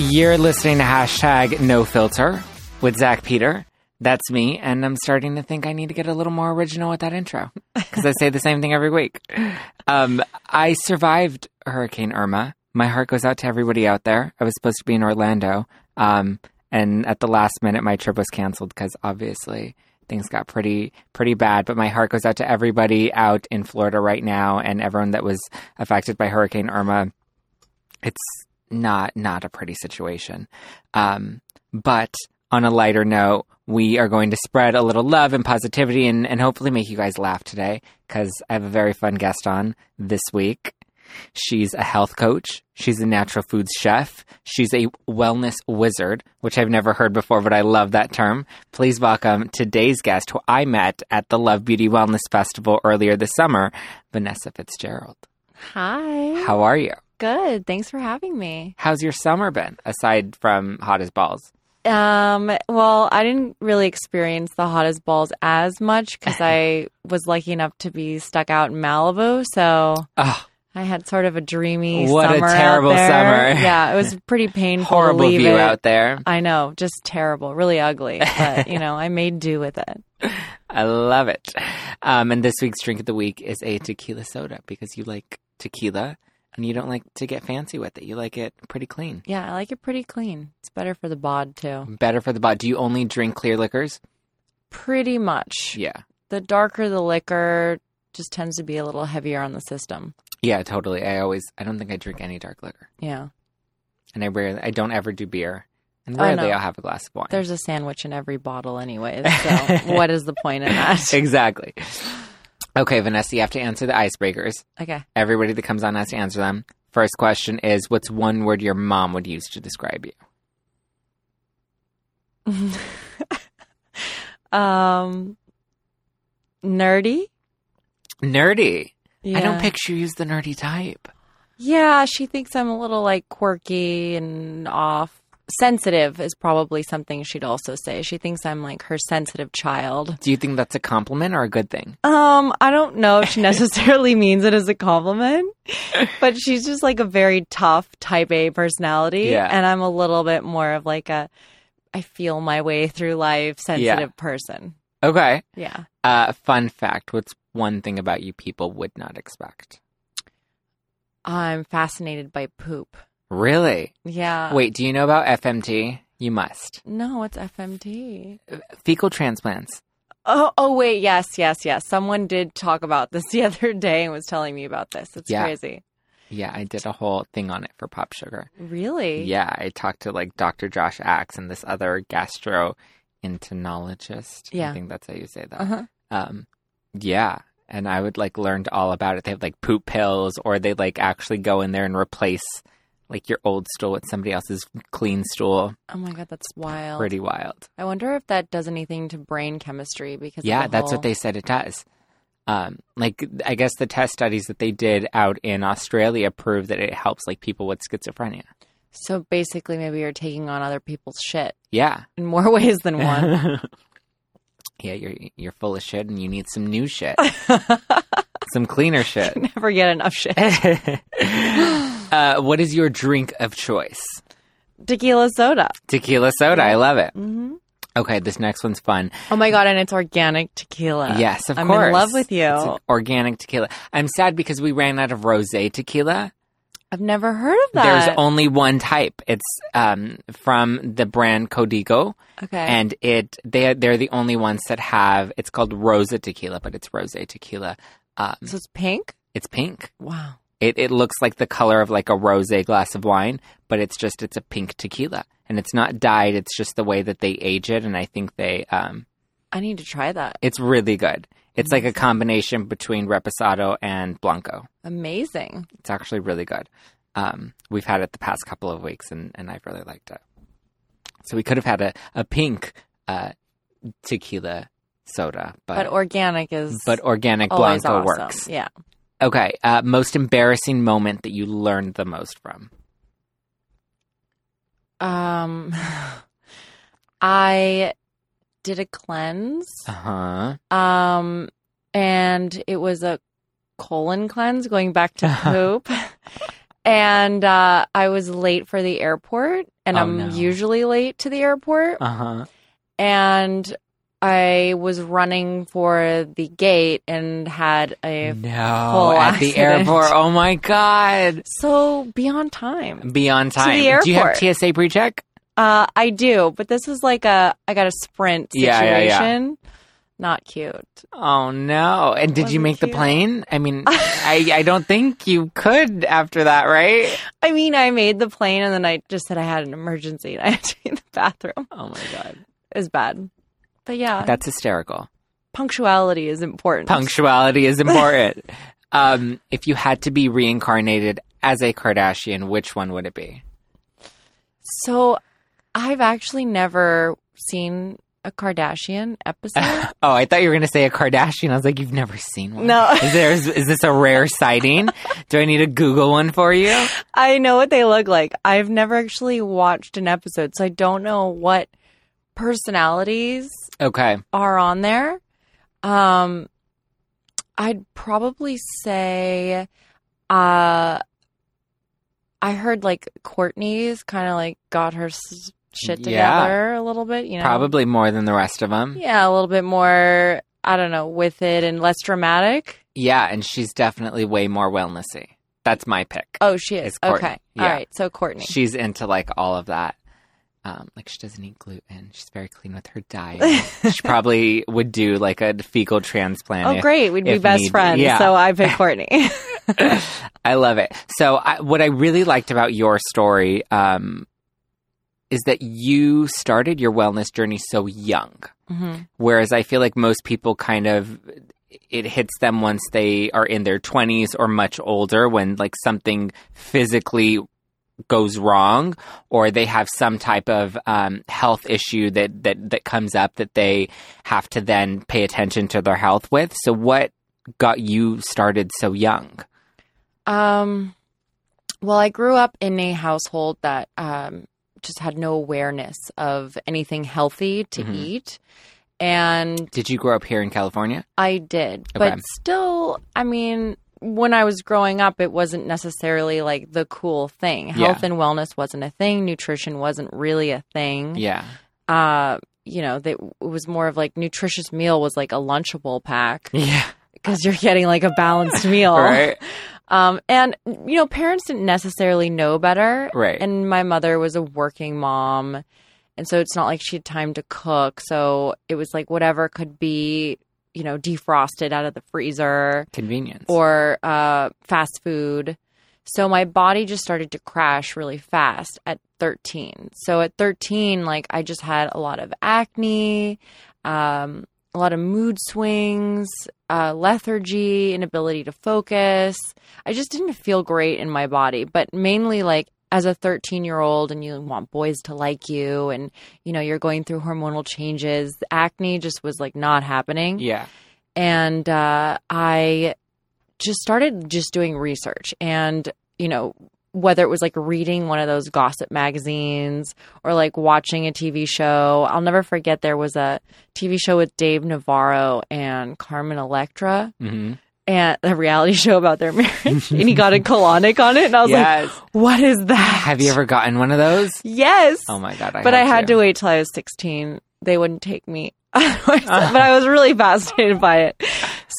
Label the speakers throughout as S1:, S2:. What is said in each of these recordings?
S1: You're listening to hashtag no filter with Zach Peter. That's me, and I'm starting to think I need to get a little more original with that intro because I say the same thing every week. Um, I survived Hurricane Irma. My heart goes out to everybody out there. I was supposed to be in Orlando, um, and at the last minute, my trip was canceled because obviously things got pretty pretty bad. But my heart goes out to everybody out in Florida right now, and everyone that was affected by Hurricane Irma. It's not not a pretty situation. Um, but on a lighter note, we are going to spread a little love and positivity and, and hopefully make you guys laugh today because I have a very fun guest on this week. She's a health coach. She's a natural foods chef. She's a wellness wizard, which I've never heard before, but I love that term. Please welcome today's guest, who I met at the Love Beauty Wellness Festival earlier this summer, Vanessa Fitzgerald.
S2: Hi.
S1: How are you?
S2: Good. Thanks for having me.
S1: How's your summer been aside from hot as balls?
S2: Um, well, I didn't really experience the hot as balls as much because I was lucky enough to be stuck out in Malibu. So
S1: Oh,
S2: I had sort of a dreamy
S1: What a
S2: summer. out
S1: terrible
S2: there.
S1: summer.
S2: Yeah, it was pretty painful. to
S1: horrible
S2: leave
S1: view
S2: it.
S1: out there.
S2: I know, just terrible, really ugly. But, you know, I made do with it.
S1: I love it. Um, and this week's drink of the week is a tequila soda because you like tequila and you don't like to get fancy with it. You like it pretty clean.
S2: Yeah, I like it pretty clean. It's better for the bod, too.
S1: Better for the body. Do you only drink clear liquors?
S2: Pretty much.
S1: Yeah.
S2: The darker the liquor just tends to be a little heavier on the system.
S1: Yeah, totally. I always, I don't think I drink any dark liquor.
S2: Yeah.
S1: And I rarely, I don't ever do beer. And
S2: Oh,
S1: rarely
S2: no.
S1: I'll have a glass of wine.
S2: There's a sandwich in every bottle, anyways. So, what is the point in that?
S1: exactly. Okay, Vanessa, you have to answer the icebreakers.
S2: Okay.
S1: Everybody that comes on has to answer them. First question is what's one word your mom would use to describe you?
S2: Um, nerdy.
S1: Nerdy.
S2: Yeah.
S1: I don't picture you as the nerdy type.
S2: Yeah, she thinks I'm a little like quirky and off. Sensitive is probably something she'd also say. She thinks I'm like her sensitive child.
S1: Do you think that's a compliment or a good thing?
S2: Um, I don't know if she necessarily means it as a compliment, but she's just like a very tough type A personality.
S1: Yeah.
S2: And I'm a little bit more of like a I feel my way through life sensitive person.
S1: Okay.
S2: Yeah.
S1: Uh, fun fact What's one thing about you people would not expect?
S2: I'm fascinated by poop.
S1: Really?
S2: Yeah.
S1: Wait, do you know about FMT? You must.
S2: No, it's FMT.
S1: Fecal transplants.
S2: Oh, oh wait, yes, yes, yes. Someone did talk about this the other day and was telling me about this. It's
S1: Yeah.
S2: crazy.
S1: Yeah, I did a whole thing on it for Pop Sugar.
S2: Really?
S1: Yeah, I talked to like Dr. Josh Axe and this other gastroenterologist. I
S2: Yeah.
S1: think that's how you say that.
S2: Uh-huh.
S1: Um, yeah. And I would like learned all about it. They have like poop pills, or they like actually go in there and replace like your old stool with somebody else's clean stool.
S2: Oh my god, that's wild.
S1: Pretty wild.
S2: I wonder if that does anything to brain chemistry because of
S1: yeah,
S2: the
S1: that's
S2: whole-
S1: what they said it does. Um, like I guess the test studies that they did out in Australia prove that it helps like people with schizophrenia.
S2: So basically, maybe you're taking on other people's shit
S1: Yeah.
S2: in more ways than one.
S1: yeah, you're you're full of shit, and you need some new shit, some cleaner shit.
S2: Never get enough shit.
S1: uh, what is your drink of choice?
S2: Tequila soda.
S1: Tequila soda. I love it.
S2: Mm-hmm.
S1: Okay, this next one's fun.
S2: Oh my god, and it's organic tequila.
S1: yes, of
S2: Uh, I'm
S1: course.
S2: in love with you.
S1: It's an organic tequila. I'm sad because we ran out of rosé tequila.
S2: I've never heard of that.
S1: There's only one type. It's um, from the brand Codigo,
S2: okay.
S1: and it they they're the only ones that have. It's called Rosa tequila, but it's rosé tequila. Um,
S2: so it's pink.
S1: it's pink.
S2: Wow.
S1: It it looks like the color of like a rosé glass of wine, but it's just it's a pink tequila, and it's not dyed. It's just the way that they age it, and I think they um,
S2: I need to try that.
S1: it's really good. It's like a combination between reposado and blanco.
S2: Amazing.
S1: It's actually really good. Um, we've had it the past couple of weeks, and and I've really liked it. So we could have had a a pink uh, tequila soda,
S2: But,
S1: but.
S2: organic is
S1: but organic
S2: always
S1: blanco
S2: awesome.
S1: works.
S2: Yeah.
S1: Okay, uh, most embarrassing moment that you learned the most from.
S2: Um, I did a cleanse.
S1: Uh huh.
S2: Um, and it was a colon cleanse going back to poop. and uh, I was late for the airport, and
S1: Oh,
S2: I'm
S1: no.
S2: usually late to the airport.
S1: Uh huh.
S2: and I was running for the gate and had a
S1: No,
S2: full
S1: at the
S2: accident.
S1: airport. Oh my god.
S2: so beyond time.
S1: Beyond
S2: the
S1: time. Do you have
S2: airport.
S1: TSA pre-check?
S2: Uh, I do, but this is like a I got a sprint situation.
S1: Yeah, yeah, yeah.
S2: Not cute.
S1: Oh no! And did you
S2: Wasn't
S1: make the
S2: cute.
S1: plane? I mean, I I don't think you could after that, right?
S2: I mean, I made the plane and then I just said I had an emergency and I had to be in the bathroom.
S1: Oh my god,
S2: It was bad. But yeah,
S1: that's hysterical.
S2: punctuality is important.
S1: Punctuality is important. um, if you had to be reincarnated as a Kardashian, which one would it be?
S2: so I've actually never seen a Kardashian episode.
S1: Oh, I thought you were going to say a Kardashian. I was like, you've never seen one.
S2: No.
S1: is there is, is this a rare sighting? Do I need to Google one for you?
S2: I know what they look like. I've never actually watched an episode, so I don't know what personalities
S1: Okay,
S2: are on there. Um, I'd probably say, uh, I heard like Courtney's kind of like got her s- shit
S1: Yeah.
S2: together a little bit, you know?
S1: probably more than the rest of them.
S2: Yeah, a little bit more. I don't know, with it and less dramatic.
S1: Yeah, and she's definitely way more wellnessy. That's my pick.
S2: Oh, she is.
S1: It's Courtney.
S2: Okay.
S1: Yeah.
S2: All right. So Courtney.
S1: She's into like all of that. Um, like she doesn't eat gluten. She's very clean with her diet. she probably would do like a fecal transplant.
S2: oh,
S1: if-
S2: great. We'd be
S1: if
S2: best
S1: need-
S2: friends.
S1: yeah.
S2: So I pick Courtney.
S1: I love it. So I, what I really liked about your story um, is that you started your wellness journey so young.
S2: hmm
S1: Whereas I feel like most people kind of it hits them once they are in their 20s or much older when like something physically goes wrong or they have some type of um, health issue that, that that comes up that they have to then pay attention to their health with so what got you started so young
S2: Um, well, I grew up in a household that um, just had no awareness of anything healthy to
S1: Mhm.
S2: eat. And
S1: did you grow up here in california
S2: I did.
S1: Okay.
S2: But still, I mean, when I was growing up, it wasn't necessarily like the cool thing.
S1: Yeah.
S2: Health and wellness wasn't a thing, nutrition wasn't really a thing.
S1: yeah
S2: Uh, you know, they, it was more of like nutritious meal was like a Lunchable pack
S1: yeah
S2: because you're getting like a balanced meal.
S1: right
S2: Um, and you know, parents didn't necessarily know better.
S1: Right.
S2: And my mother was a working mom, and so it's not like she had time to cook. So it was like whatever could be, you know, defrosted out of the freezer
S1: convenience
S2: or uh, fast food. So my body just started to crash really fast at 13. So at 13, like I just had a lot of acne, um, a lot of mood swings, uh, lethargy, inability to focus. I just didn't feel great in my body, but mainly like as a 13 year old and you want boys to like you and you know you're going through hormonal changes acne just was like not happening
S1: yeah
S2: and uh, I just started just doing research and you know whether it was like reading one of those gossip magazines or like watching a TV show. I'll never forget there was a TV show with Dave Navarro and Carmen Electra
S1: hmm
S2: and a reality show about their marriage and he got a colonic on it and I was like,
S1: yes
S2: "What is that?"
S1: have you ever gotten one of those
S2: Yes.
S1: oh my god I
S2: but I had
S1: you.
S2: to wait till I was 16. They wouldn't take me. but I was really fascinated by it.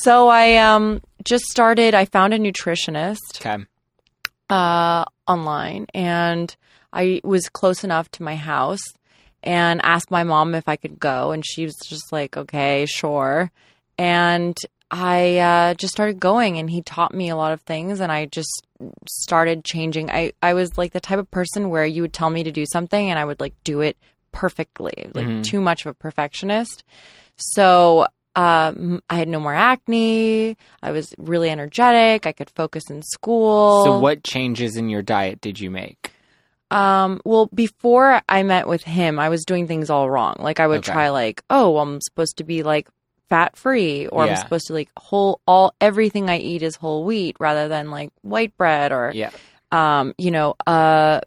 S2: So I um, just started, I found a nutritionist
S1: okay
S2: uh, online and I was close enough to my house and asked my mom if I could go. And she was just like, okay, sure. And I uh, just started going and he taught me a lot of things and I just started changing. I, I was like the type of person where you would tell me to do something and I would like do it perfectly, like
S1: Mhm.
S2: too much of a perfectionist. So um, I had no more acne. I was really energetic. I could focus in school.
S1: So, what changes in your diet did you make?
S2: Um, well, before I met with him, I was doing things all wrong. Like I would
S1: Okay.
S2: try like, oh, I'm supposed to be like fat free or I'm
S1: Yeah.
S2: supposed to like whole all everything I eat is whole wheat rather than like white bread or
S1: Yeah.
S2: um, you know, uh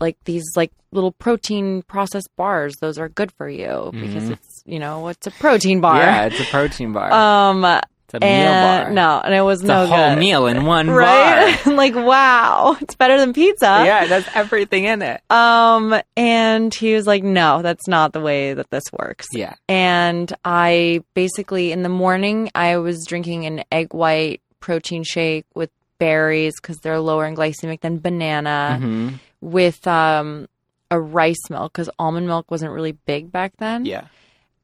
S2: like these like little protein processed bars, those are good for you because
S1: Mhm.
S2: it's, you know, it's a protein bar.
S1: Yeah, it's a protein bar.
S2: Um
S1: it's The
S2: and
S1: meal bar.
S2: no, and it was
S1: It's
S2: no
S1: a whole
S2: good.
S1: meal in one
S2: right? like wow, it's better than pizza.
S1: bar. yeah, it has everything in it.
S2: Um, and he was like, "No, that's not the way that this works."
S1: Yeah.
S2: And I basically in the morning I was drinking an egg white protein shake with berries because they're lower in glycemic than banana
S1: hmm
S2: with um a rice milk because almond milk wasn't really big back then.
S1: Yeah.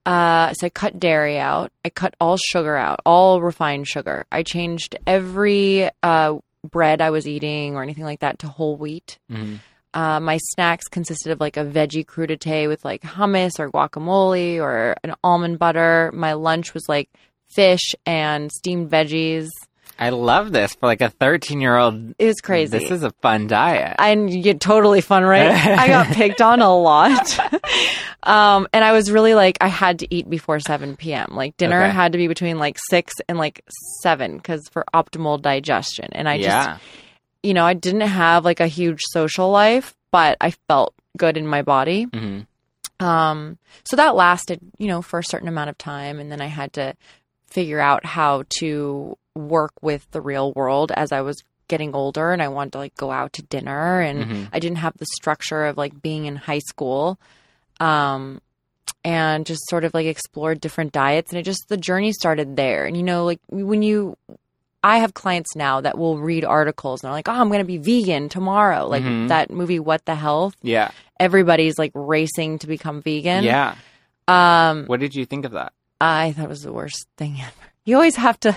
S2: Uh, so I cut dairy out. I cut all sugar out, all refined sugar. I changed every uh, bread I was eating or anything like that to whole wheat.
S1: hmm
S2: Uh, my snacks consisted of like a veggie crudité with like hummus or guacamole or an almond butter. My lunch was like fish and steamed veggies.
S1: I love this for like a 13 year old.
S2: It was crazy.
S1: This is a fun diet.
S2: and you get totally fun, right? I got picked on a lot. Um, and I was really like, I had to eat before 7 p.m. Like dinner
S1: Okay.
S2: had to be between like 6 and like 7 because for optimal digestion. And I just,
S1: yeah.
S2: you know, I didn't have like a huge social life, but I felt good in my body.
S1: Mhm.
S2: Um, so that lasted, you know, for a certain amount of time. And then I had to figure out how to work with the real world as I was getting older and I wanted to like go out to dinner and
S1: Mhm.
S2: I didn't have the structure of like being in high school. Um, and just sort of like explored different diets and it just the journey started there. And you know, like when you I have clients now that will read articles and they're like, "Oh, I'm going to be vegan tomorrow." Like
S1: Mhm.
S2: that movie What the Health.
S1: Yeah.
S2: Everybody's like racing to become vegan.
S1: yeah.
S2: Um
S1: What did you think of that?
S2: I thought it was the worst thing ever. You always have to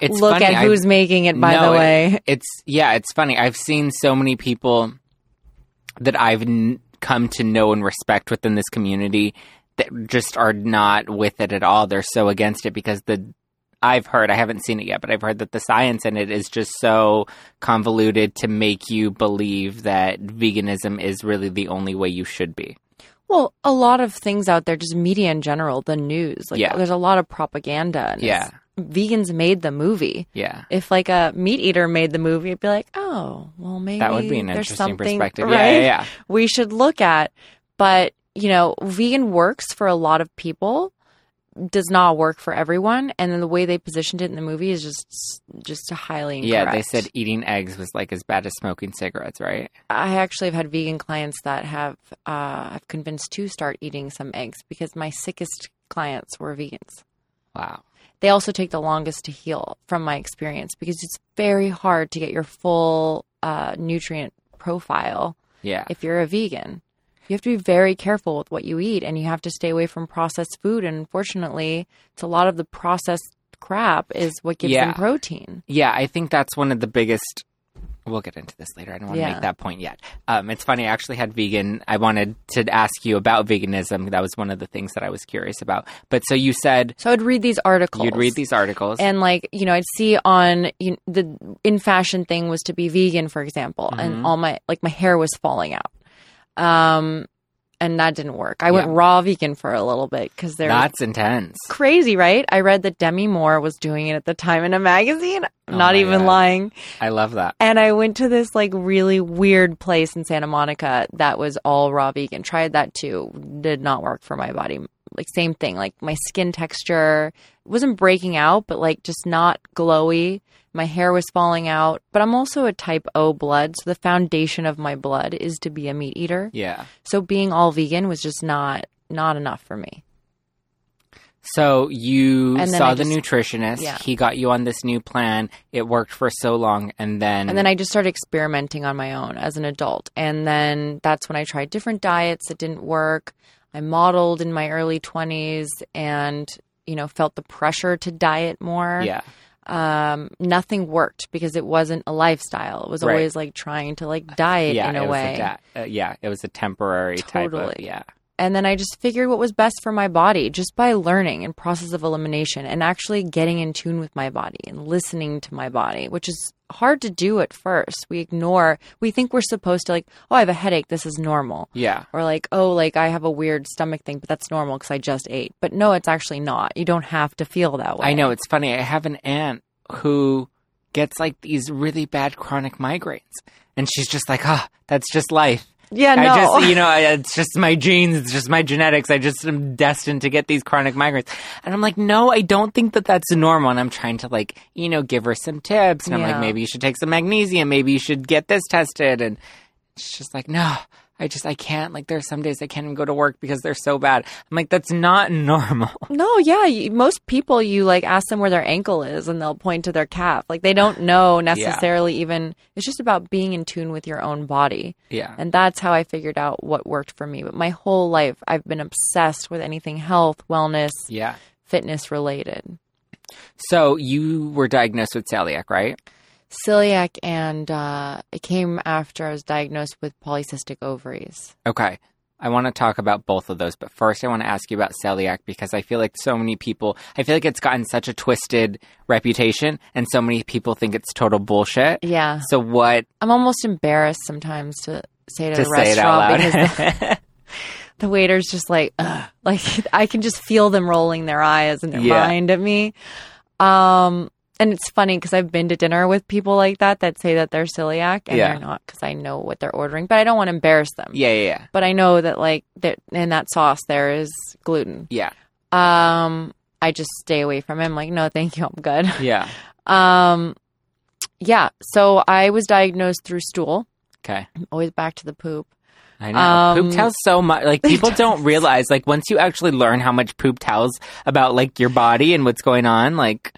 S1: It's
S2: look
S1: funny.
S2: at
S1: I-
S2: who's making it by
S1: No,
S2: the
S1: it-
S2: way.
S1: it's yeah, it's funny. I've seen so many people that I've n- come to know and respect within this community that just are not with it at all. They're so against it because the I've heard, I haven't seen it yet, but I've heard that the science in it is just so convoluted to make you believe that veganism is really the only way you should be.
S2: Well, a lot of things out there, just media in general, the news. Like,
S1: Yeah.
S2: there's a lot of propaganda. And
S1: Yeah.
S2: it's- Vegans made the movie.
S1: Yeah.
S2: If like a meat eater made the movie, I'd be like, oh, well, maybe
S1: That would be an
S2: there's
S1: interesting
S2: something,
S1: perspective.
S2: right?
S1: Yeah, yeah, yeah.
S2: We should look at. But you know, vegan works for a lot of people. Does not work for everyone, and then the way they positioned it in the movie is just just highly incorrect.
S1: Yeah, they said eating eggs was like as bad as smoking cigarettes, right?
S2: I actually have had vegan clients that have uh, I've convinced to start eating some eggs because my sickest clients were vegans.
S1: Wow.
S2: They also take the longest to heal, from my experience, because it's very hard to get your full uh, nutrient profile
S1: Yeah.
S2: if you're a vegan. You have to be very careful with what you eat, and you have to stay away from processed food. And unfortunately, it's a lot of the processed crap is what gives
S1: Yeah.
S2: them protein.
S1: Yeah, I think that's one of the biggest. We'll get into this later. I don't want to
S2: Yeah.
S1: make that point yet. Um, it's funny. I actually had vegan. I wanted to ask you about veganism. That was one of the things that I was curious about. But so you said
S2: So I'd read these articles.
S1: you'd read these articles.
S2: and like you know i'd see on you the in fashion thing was to be vegan for example
S1: Mhm.
S2: and all my like my hair was falling out um and that didn't work i went
S1: Yeah.
S2: raw vegan for a little bit because they're
S1: That's intense.
S2: crazy right i read that demi moore was doing it at the time in a magazine
S1: Oh
S2: not
S1: my
S2: even
S1: God.
S2: lying
S1: I love that.
S2: and i went to this like really weird place in santa monica that was all raw vegan tried that too did not work for my body like same thing like my skin texture wasn't breaking out but like just not glowy my hair was falling out but i'm also a type o blood so the foundation of my blood is to be a meat eater
S1: Yeah.
S2: so being all vegan was just not not enough for me
S1: So you
S2: And then
S1: saw
S2: I
S1: the
S2: just-
S1: nutritionist.
S2: Yeah.
S1: He got you on this new plan. It worked for so long, and then
S2: And then I just started experimenting on my own as an adult. And then that's when I tried different diets that didn't work. I modeled in my early 20s and, you know, felt the pressure to diet more.
S1: yeah,
S2: Um, nothing worked because it wasn't a lifestyle. It was
S1: Right.
S2: always like trying to like diet
S1: yeah,
S2: in
S1: it
S2: a
S1: was
S2: way.
S1: da- uh, yeah, it was a temporary type
S2: Totally.
S1: of yeah.
S2: and then I just figured what was best for my body just by learning and process of elimination and actually getting in tune with my body and listening to my body, which is hard to do at first. We ignore, we think we're supposed to like, oh, I have a headache, this is normal.
S1: Yeah,
S2: Or like, oh, like I have a weird stomach thing, but that's normal because I just ate. But no, it's actually not. You don't have to feel that way.
S1: I know it's funny. I have an aunt who gets like these really bad chronic migraines, and she's just like, "Ah, that's just life.
S2: Yeah, no.
S1: I just, you know, I, it's just my genes. It's just my genetics. I just am destined to get these chronic migraines. And I'm like, no, I don't think that that's normal. And I'm trying to like, you know, give her some tips. And I'm
S2: Yeah.
S1: like, maybe you should take some magnesium. Maybe you should get this tested. And she's just like, no, I just, I can't. Like, there are some days I can't even go to work because they're so bad. I'm like, that's not normal.
S2: No, yeah. You, most people, you like ask them where their ankle is and they'll point to their calf. Like they don't know necessarily even. It's just about being in tune with your own body.
S1: Yeah.
S2: And that's how I figured out what worked for me. But my whole life, I've been obsessed with anything health, wellness,
S1: Yeah.
S2: fitness related.
S1: So you were diagnosed with celiac, right?
S2: Celiac, and uh, it came after I was diagnosed with polycystic ovaries.
S1: Okay. I want to talk about both of those, but first I want to ask you about celiac because I feel like so many people, I feel like it's gotten such a twisted reputation and so many people think it's total bullshit.
S2: Yeah.
S1: So what
S2: I'm almost embarrassed sometimes to say it at
S1: to
S2: a
S1: say it out
S2: restaurant
S1: loud?
S2: because the the waiter's just like, Ugh. like I can just feel them rolling their eyes and their
S1: Yeah.
S2: mind at me. Um, and it's funny because I've been to dinner with people like that that say that they're celiac and
S1: Yeah.
S2: they're not because I know what they're ordering, but I don't want to embarrass them.
S1: yeah, yeah, yeah.
S2: But I know that like that in that sauce there is gluten.
S1: Yeah.
S2: Um, I just stay away from it. I'm like, no, thank you, I'm good.
S1: Yeah.
S2: Um, yeah. So I was diagnosed through stool.
S1: Okay.
S2: Always back to the poop.
S1: I know.
S2: Um,
S1: poop tells so much. Like
S2: it
S1: people don't realize, like once you actually learn how much poop tells about like your body and what's going on, like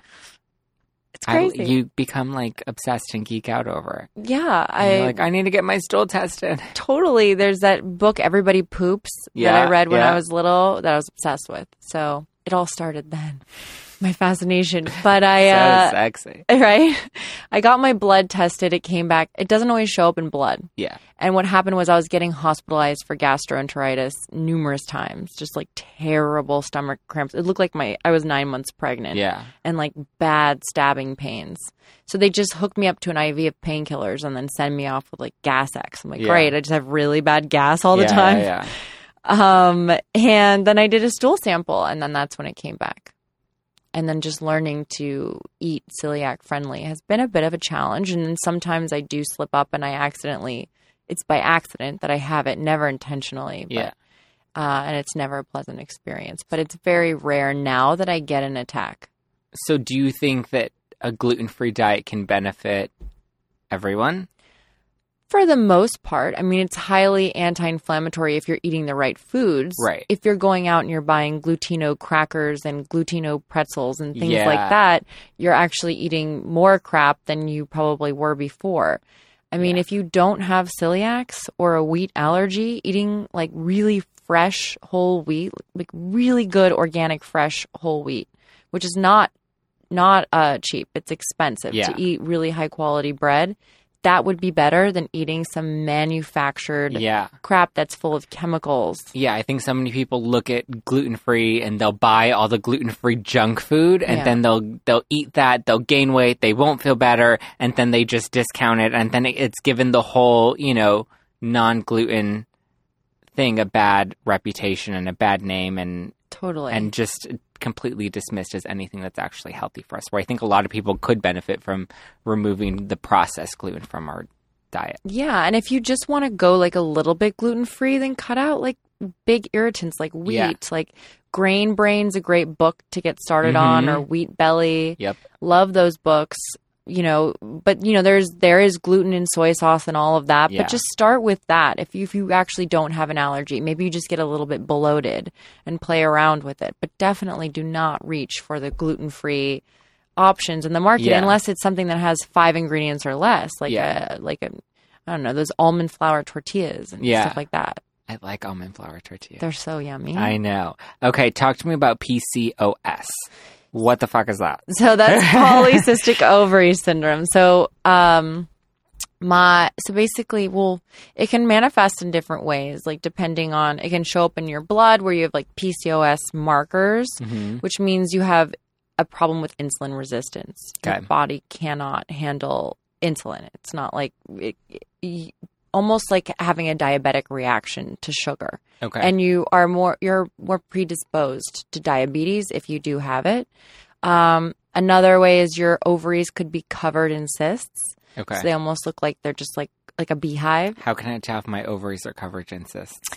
S2: It's
S1: I,
S2: crazy.
S1: you become like obsessed and geek out over it.
S2: yeah,
S1: And
S2: I
S1: you're like I need to get my stool tested.
S2: totally there's that book everybody poops that
S1: Yeah,
S2: i read when
S1: yeah.
S2: i was little that i was obsessed with so it all started then my fascination but i
S1: So
S2: uh
S1: sexy.
S2: right i got my blood tested it came back it doesn't always show up in blood
S1: Yeah.
S2: and what happened was i was getting hospitalized for gastroenteritis numerous times just like terrible stomach cramps it looked like my i was nine months pregnant
S1: Yeah.
S2: and like bad stabbing pains. So they just hooked me up to an IV of painkillers and then send me off with like gas X. I'm like,
S1: Yeah.
S2: great, I just have really bad gas all the
S1: Yeah,
S2: time.
S1: Yeah,
S2: Um, and then I did a stool sample, and then that's when it came back. And then just learning to eat celiac friendly has been a bit of a challenge. And then sometimes I do slip up, and I accidentally. It's by accident that I have it, never intentionally. But,
S1: Yeah.
S2: Uh, and it's never a pleasant experience, but it's very rare now that I get an attack.
S1: So, do you think that a gluten free diet can benefit everyone?
S2: For the most part, I mean, it's highly anti inflammatory if you're eating the right foods.
S1: Right.
S2: If you're going out and you're buying glutino crackers and glutino pretzels and things
S1: Yeah.
S2: like that, you're actually eating more crap than you probably were before. I mean, if you don't have celiacs or a wheat allergy, eating like really fresh whole wheat, like really good organic fresh whole wheat, which is not not uh, cheap. It's expensive
S1: Yeah.
S2: to eat really high quality bread. That would be better than eating some manufactured
S1: Yeah.
S2: crap that's full of chemicals.
S1: Yeah, I think so many people look at gluten free and they'll buy all the gluten free junk food and
S2: Yeah.
S1: then they'll they'll eat that, they'll gain weight, they won't feel better, and then they just discount it and then it- it's given the whole, you know, non gluten thing a bad reputation and a bad name and
S2: Totally.
S1: and just completely dismissed as anything that's actually healthy for us. Where I think a lot of people could benefit from removing the processed gluten from our diet.
S2: yeah, and if you just want to go like a little bit gluten free, then cut out like big irritants like wheat,
S1: Yeah.
S2: like Grain Brain's a great book to get started on,
S1: Mhm.
S2: or Wheat Belly.
S1: Yep.
S2: love those books you know but you know there's there is gluten in soy sauce and all of that
S1: Yeah.
S2: but just start with that if you if you actually don't have an allergy maybe you just get a little bit bloated and play around with it but definitely do not reach for the gluten-free options in the market
S1: Yeah.
S2: unless it's something that has five ingredients or less like
S1: Yeah.
S2: a like a I don't know those almond flour tortillas and
S1: Yeah.
S2: stuff like that.
S1: I like almond flour tortillas.
S2: They're so yummy.
S1: I know. Okay, talk to me about PCOS. What the fuck is that?
S2: So that's polycystic ovary syndrome. So, um, my so basically, well, it can manifest in different ways, like depending on it can show up in your blood where you have like PCOS markers,
S1: Mm-hmm.
S2: which means you have a problem with insulin resistance. Your
S1: Okay.
S2: body cannot handle insulin. It's not like it, y almost like having a diabetic reaction to sugar
S1: Okay.
S2: and you are more you're more predisposed to diabetes if you do have it. Um, another way is your ovaries could be covered in cysts,
S1: okay.
S2: so they almost look like they're just like like a beehive.
S1: How can I chaff my ovaries or coverage and cysts?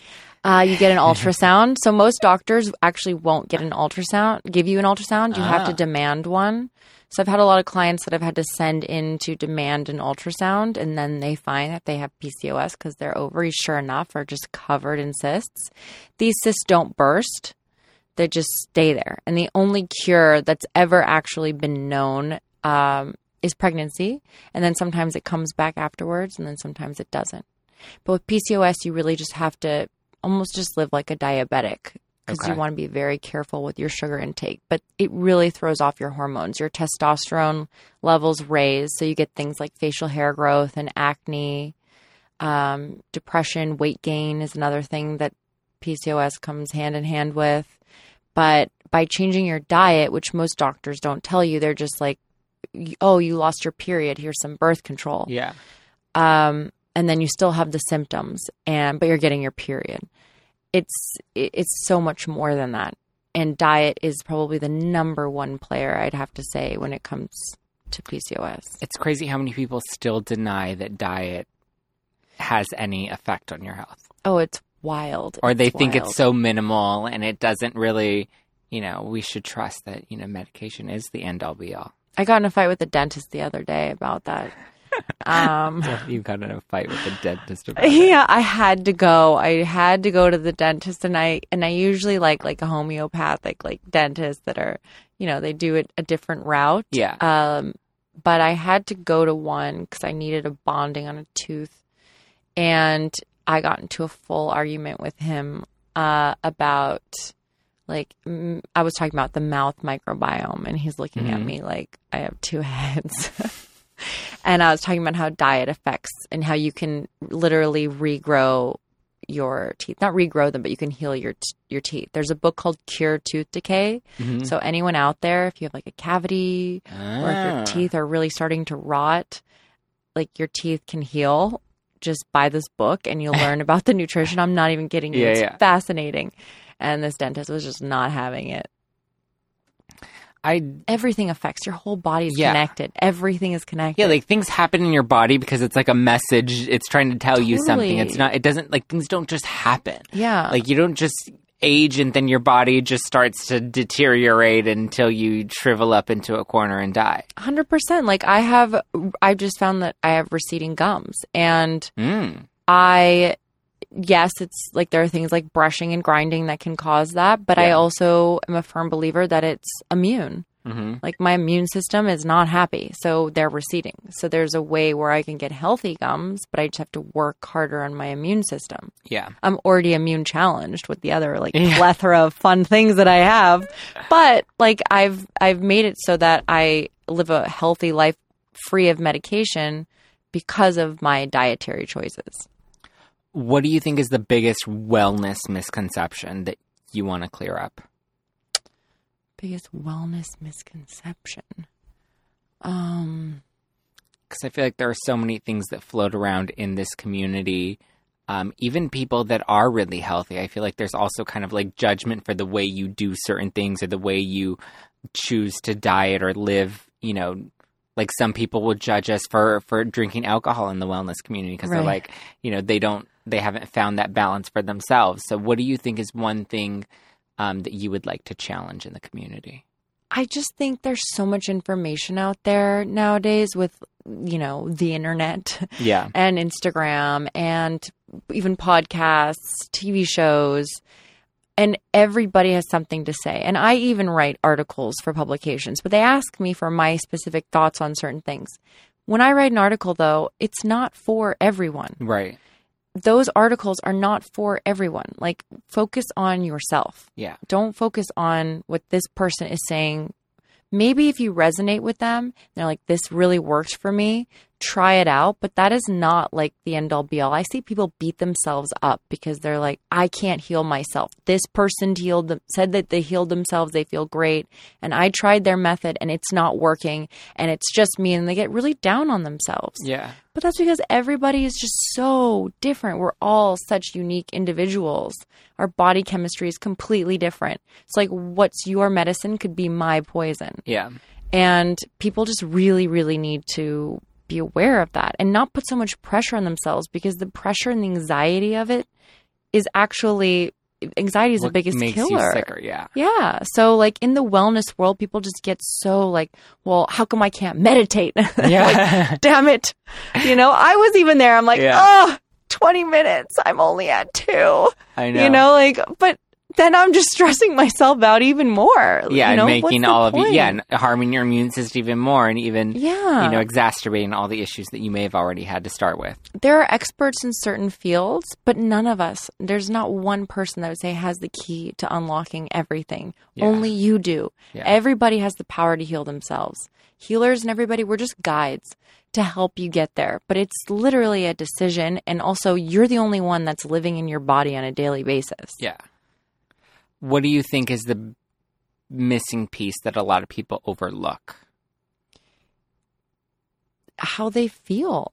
S2: Uh, you get an ultrasound. so most doctors actually won't get an ultrasound, give you an ultrasound. You have to
S1: Ah.
S2: demand one. So I've had a lot of clients that I've had to send in to demand an ultrasound, and then they find that they have PCOS because their ovaries, sure enough, are just covered in cysts. These cysts don't burst; they just stay there. And the only cure that's ever actually been known um, is pregnancy, and then sometimes it comes back afterwards, and then sometimes it doesn't. But with PCOS, you really just have to almost just live like a diabetic because
S1: Okay.
S2: you want to be very careful with your sugar intake. But it really throws off your hormones. Your testosterone levels raise, so you get things like facial hair growth and acne. Um, depression, weight gain is another thing that PCOS comes hand in hand with. But by changing your diet, which most doctors don't tell you, they're just like, oh, you lost your period. Here's some birth control
S1: Yeah.
S2: um, and then you still have the symptoms, and but you're getting your period. It's it- it's so much more than that, and diet is probably the number one player I'd have to say when it comes to PCOS.
S1: It's crazy how many people still deny that diet has any effect on your health.
S2: Oh, it's wild.
S1: Or they
S2: It's
S1: think
S2: wild.
S1: it's so minimal and it doesn't really, you know, we should trust that, you know, medication is the end all be all.
S2: I got in a fight with a dentist the other day about that. Um,
S1: You got in a fight with the dentist about it.
S2: yeah, I had to go. I had to go to the dentist, and I and I usually like like a homeopathic like dentist that are you know they do it a different route.
S1: Yeah.
S2: Um, but I had to go to one because I needed a bonding on a tooth, and I got into a full argument with him uh, about like m- I was talking about the mouth microbiome, and he's looking at
S1: Mhm.
S2: me like I have two heads. and I was talking about how diet affects and how you can literally regrow your teeth, not regrow them, but you can heal your t- your teeth. There's a book called Cure Tooth Decay.
S1: Mhm.
S2: So anyone out there, if you have like a cavity or if
S1: Ah.
S2: your teeth are really starting to rot, like your teeth can heal. Just buy this book and you'll learn about the nutrition. I'm not even kidding you.
S1: Yeah,
S2: it's
S1: yeah.
S2: fascinating. And this dentist was just not having it.
S1: I
S2: Everything affects your whole body is
S1: Yeah.
S2: connected. Everything is connected.
S1: Yeah, like things happen in your body because it's like a message. It's trying to tell you something.
S2: Totally.
S1: It's not. It doesn't like things don't just happen.
S2: yeah.
S1: Like you don't just age and then your body just starts to deteriorate until you shrivel up into a corner and die.
S2: Hundred percent. Like I have, I've just found that I have receding gums, and
S1: Mm.
S2: I, yes, it's like there are things like brushing and grinding that can cause that, but I
S1: Yeah.
S2: also am a firm believer that it's immune.
S1: hmm
S2: Like my immune system is not happy, so they're receding. So there's a way where I can get healthy gums, but I just have to work harder on my immune system.
S1: Yeah.
S2: I'm already immune challenged with the other like
S1: Yeah.
S2: plethora of fun things that I have. But like I've I've made it so that I live a healthy life free of medication because of my dietary choices.
S1: What do you think is the biggest wellness misconception that you want to clear up?
S2: Biggest wellness misconception. Um
S1: because I feel like there are so many things that float around in this community. Um, even people that are really healthy, I feel like there's also kind of like judgment for the way you do certain things or the way you choose to diet or live. You know, like some people will judge us for for drinking alcohol in the wellness community because they're
S2: Right.
S1: like, you know, they don't they haven't found that balance for themselves. So, what do you think is one thing um, that you would like to challenge in the community?
S2: I just think there's so much information out there nowadays with you know, the internet.
S1: Yeah,
S2: and Instagram and even podcasts, TV shows. And everybody has something to say. And I even write articles for publications, but they ask me for my specific thoughts on certain things. When I write an article, though, it's not for everyone.
S1: right.
S2: Those articles are not for everyone. Like, focus on yourself.
S1: Yeah.
S2: Don't focus on what this person is saying. Maybe if you resonate with them, they're like, this really works for me, try it out. But that is not like the end all be all. I see people beat themselves up because they're like, I can't heal myself. This person healed them, said that they healed themselves, they feel great. And I tried their method and it's not working. And it's just me. And they get really down on themselves.
S1: Yeah.
S2: But that's because everybody is just so different. We're all such unique individuals. Our body chemistry is completely different. It's like what's your medicine could be my poison.
S1: Yeah.
S2: And people just really, really need to be aware of that and not put so much pressure on themselves because the pressure and the anxiety of it is actually anxiety is the
S1: What
S2: biggest
S1: makes
S2: killer.
S1: you sicker. Yeah.
S2: Yeah. So like in the wellness world, people just get so like, well, how come I can't meditate? Like,
S1: Yeah.
S2: damn it. You know, I was even there. I'm like,
S1: Yeah.
S2: oh, 20 minutes. I'm only at two.
S1: I know.
S2: You know, like, but then I'm just stressing myself out even more.
S1: Yeah,
S2: you know?
S1: and
S2: What's
S1: making
S2: the
S1: all of
S2: point?
S1: you, yeah, and harming your immune system even more, and even
S2: Yeah.
S1: you know exacerbating all the issues that you may have already had to start with.
S2: there are experts in certain fields, but none of us, there's not one person that I would say has the key to unlocking everything.
S1: Yeah.
S2: Only you do.
S1: Yeah.
S2: Everybody has the power to heal themselves. Healers and everybody, we're just guides to help you get there. But it's literally a decision. And also, you're the only one that's living in your body on a daily basis.
S1: Yeah. What do you think is the missing piece that a lot of people overlook?
S2: How they feel.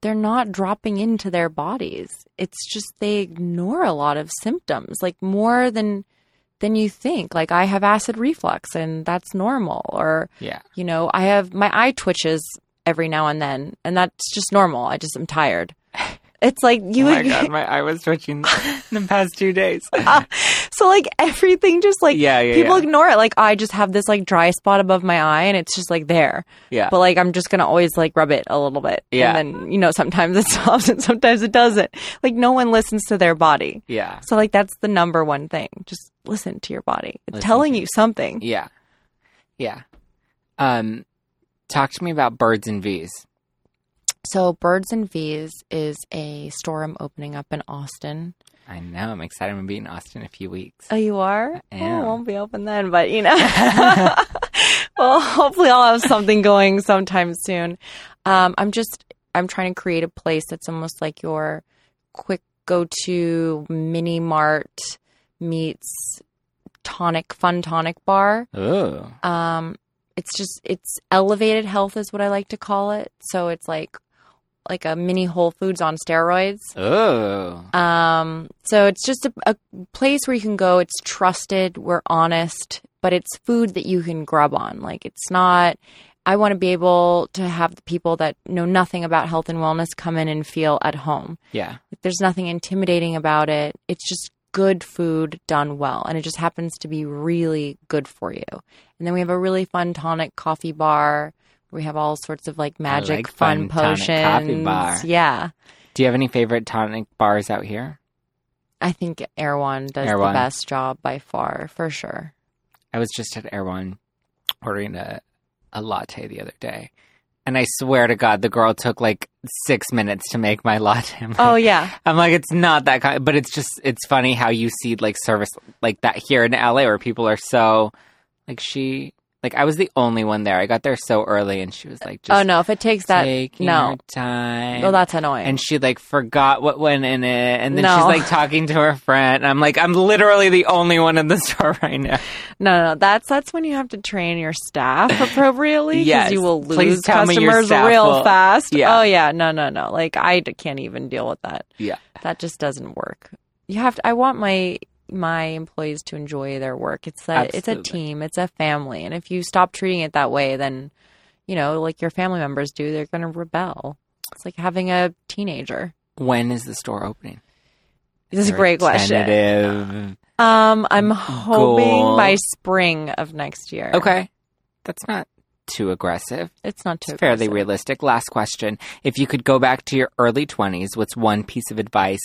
S2: They're not dropping into their bodies. It's just they ignore a lot of symptoms, like more than than you think. Like I have acid reflux and that's normal or
S1: Yeah.
S2: you know, I have my eye twitches every now and then, and that's just normal. I just am tired. It's like you
S1: oh my
S2: would-
S1: god, my eye was twitching the past two days.
S2: so like everything just like
S1: Yeah, yeah,
S2: people
S1: yeah.
S2: ignore it. Like I just have this like dry spot above my eye, and it's just like there.
S1: Yeah.
S2: But like I'm just gonna always like rub it a little bit,
S1: Yeah.
S2: And then you know sometimes it stops and sometimes it doesn't. Like no one listens to their body.
S1: yeah.
S2: So like that's the number one thing. Just listen to your body. It's
S1: Listen
S2: telling
S1: to
S2: you something.
S1: Yeah. Yeah. Um talk to me about birds and bees.
S2: So Birds and V's is a store I'm opening up in Austin.
S1: I know, I'm excited I'm gonna be in Austin in a few weeks.
S2: Oh, you are?
S1: I
S2: Well,
S1: am.
S2: it won't be open then, but you know. well, hopefully I'll have something going sometime soon. Um, I'm just, I'm trying to create a place that's almost like your quick go to mini mart meets tonic, fun tonic bar.
S1: Ooh.
S2: Um, it's just, it's elevated health is what I like to call it. So it's like, like a mini Whole Foods on steroids.
S1: Ooh.
S2: Um, so it's just a, a place where you can go. It's trusted. We're honest, but it's food that you can grub on. Like it's not. I want to be able to have the people that know nothing about health and wellness come in and feel at home.
S1: Yeah.
S2: Like, there's nothing intimidating about it. It's just good food done well, and it just happens to be really good for you. And then we have a really fun tonic coffee bar. We have all sorts of like
S1: like
S2: magic
S1: fun
S2: fun,
S1: tonic
S2: potions.
S1: coffee bar.
S2: Yeah.
S1: Do you have any favorite tonic bars out here?
S2: I think Erewhon does
S1: Erewhon.
S2: the best job by far, for sure.
S1: I was just at Erewhon ordering a, a latte the other day. And I swear to God, the girl took like six minutes to make my latte. I'm like,
S2: Oh yeah,
S1: I'm like, it's not that kind, but it's just, it's funny how you see like service like that here in LA where people are so, like, she, like, I was the only one there. I got there so early and she was like, just
S2: oh no, if it takes that,
S1: taking
S2: no.
S1: her time.
S2: well, that's annoying.
S1: and she like forgot what went in it. And then
S2: No.
S1: she's like talking to her friend. And I'm like, I'm literally the only one in the store right now.
S2: no, no, no, that's that's when you have to train your staff appropriately because
S1: Yes.
S2: you will
S1: Please
S2: lose
S1: tell me your
S2: customers
S1: staff
S2: real
S1: will-
S2: fast.
S1: Yeah.
S2: Oh yeah, no, no, no. Like I d- can't even deal with that.
S1: Yeah.
S2: That just doesn't work. You have to. I want my my employees to enjoy their work. It's a it's a
S1: Absolutely.
S2: team. It's a family. And if you stop treating it that way, then you know, like your family members do, they're going to rebel. It's like having a teenager.
S1: When is the store opening?
S2: This is a
S1: Or
S2: great question.
S1: tentative.
S2: Um, I'm hoping
S1: Goal.
S2: by spring of next year.
S1: Okay. That's not too aggressive.
S2: It's not too
S1: It's fairly
S2: aggressive.
S1: realistic. Last question. If you could go back to your early 20s, what's one piece of advice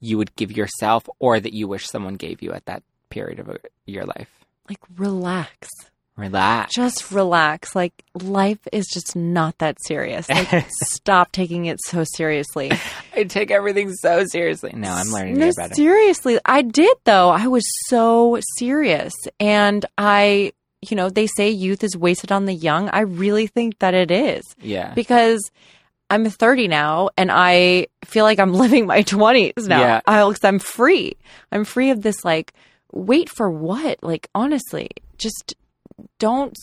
S1: you would give yourself or that you wish someone gave you at that period of your life?
S2: Like relax.
S1: Relax.
S2: Just relax. Like life is just not that serious. Like stop taking it so seriously.
S1: I take everything so seriously. No, I'm learning
S2: No,
S1: about it.
S2: seriously. I did though. I was so serious and I you know, they say youth is wasted on the young. I really think that it is.
S1: Yeah.
S2: because I'm 30 now and I feel like I'm living my 20s now.
S1: Yeah.
S2: I, 'cause I'm free. I'm free of this like wait for what? Like honestly, just don't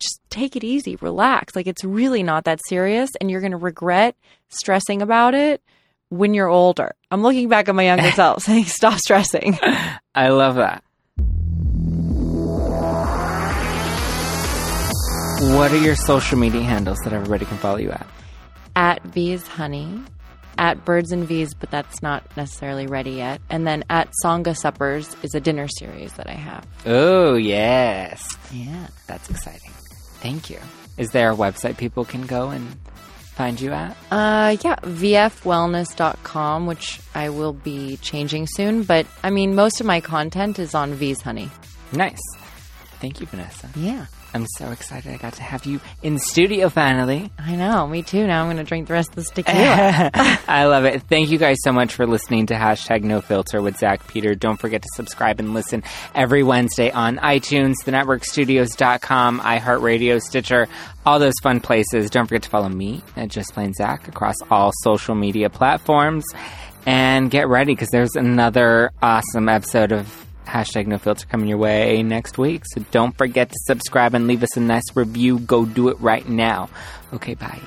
S2: just take it easy, relax. Like it's really not that serious and you're going to regret stressing about it when you're older. I'm looking back at my younger self saying stop stressing.
S1: I love that. What are your social media handles that everybody can follow you at?
S2: at V's Honey, at Birds and V's, but that's not necessarily ready yet. And then at Sangha Suppers is a dinner series that I have.
S1: Oh, yes.
S2: Yeah.
S1: That's exciting. Thank you. Is there a website people can go and find you at?
S2: Uh, yeah, vfwellness.com, which I will be changing soon. But I mean, most of my content is on V's Honey.
S1: Nice. Thank you, Vanessa.
S2: Yeah.
S1: I'm so excited I got to have you in studio finally.
S2: I know. Me too. Now I'm going to drink the rest of this tequila.
S1: I love it. Thank you guys so much for listening to hashtag no filter with Zach Peter. Don't forget to subscribe and listen every Wednesday on iTunes, thenetworkstudios.com, iHeartRadio, Stitcher, all those fun places. Don't forget to follow me at Just Plain Zach across all social media platforms. And get ready because there's another awesome episode of Hashtag no filter coming your way next week. So don't forget to subscribe and leave us a nice review. Go do it right now. Okay, bye.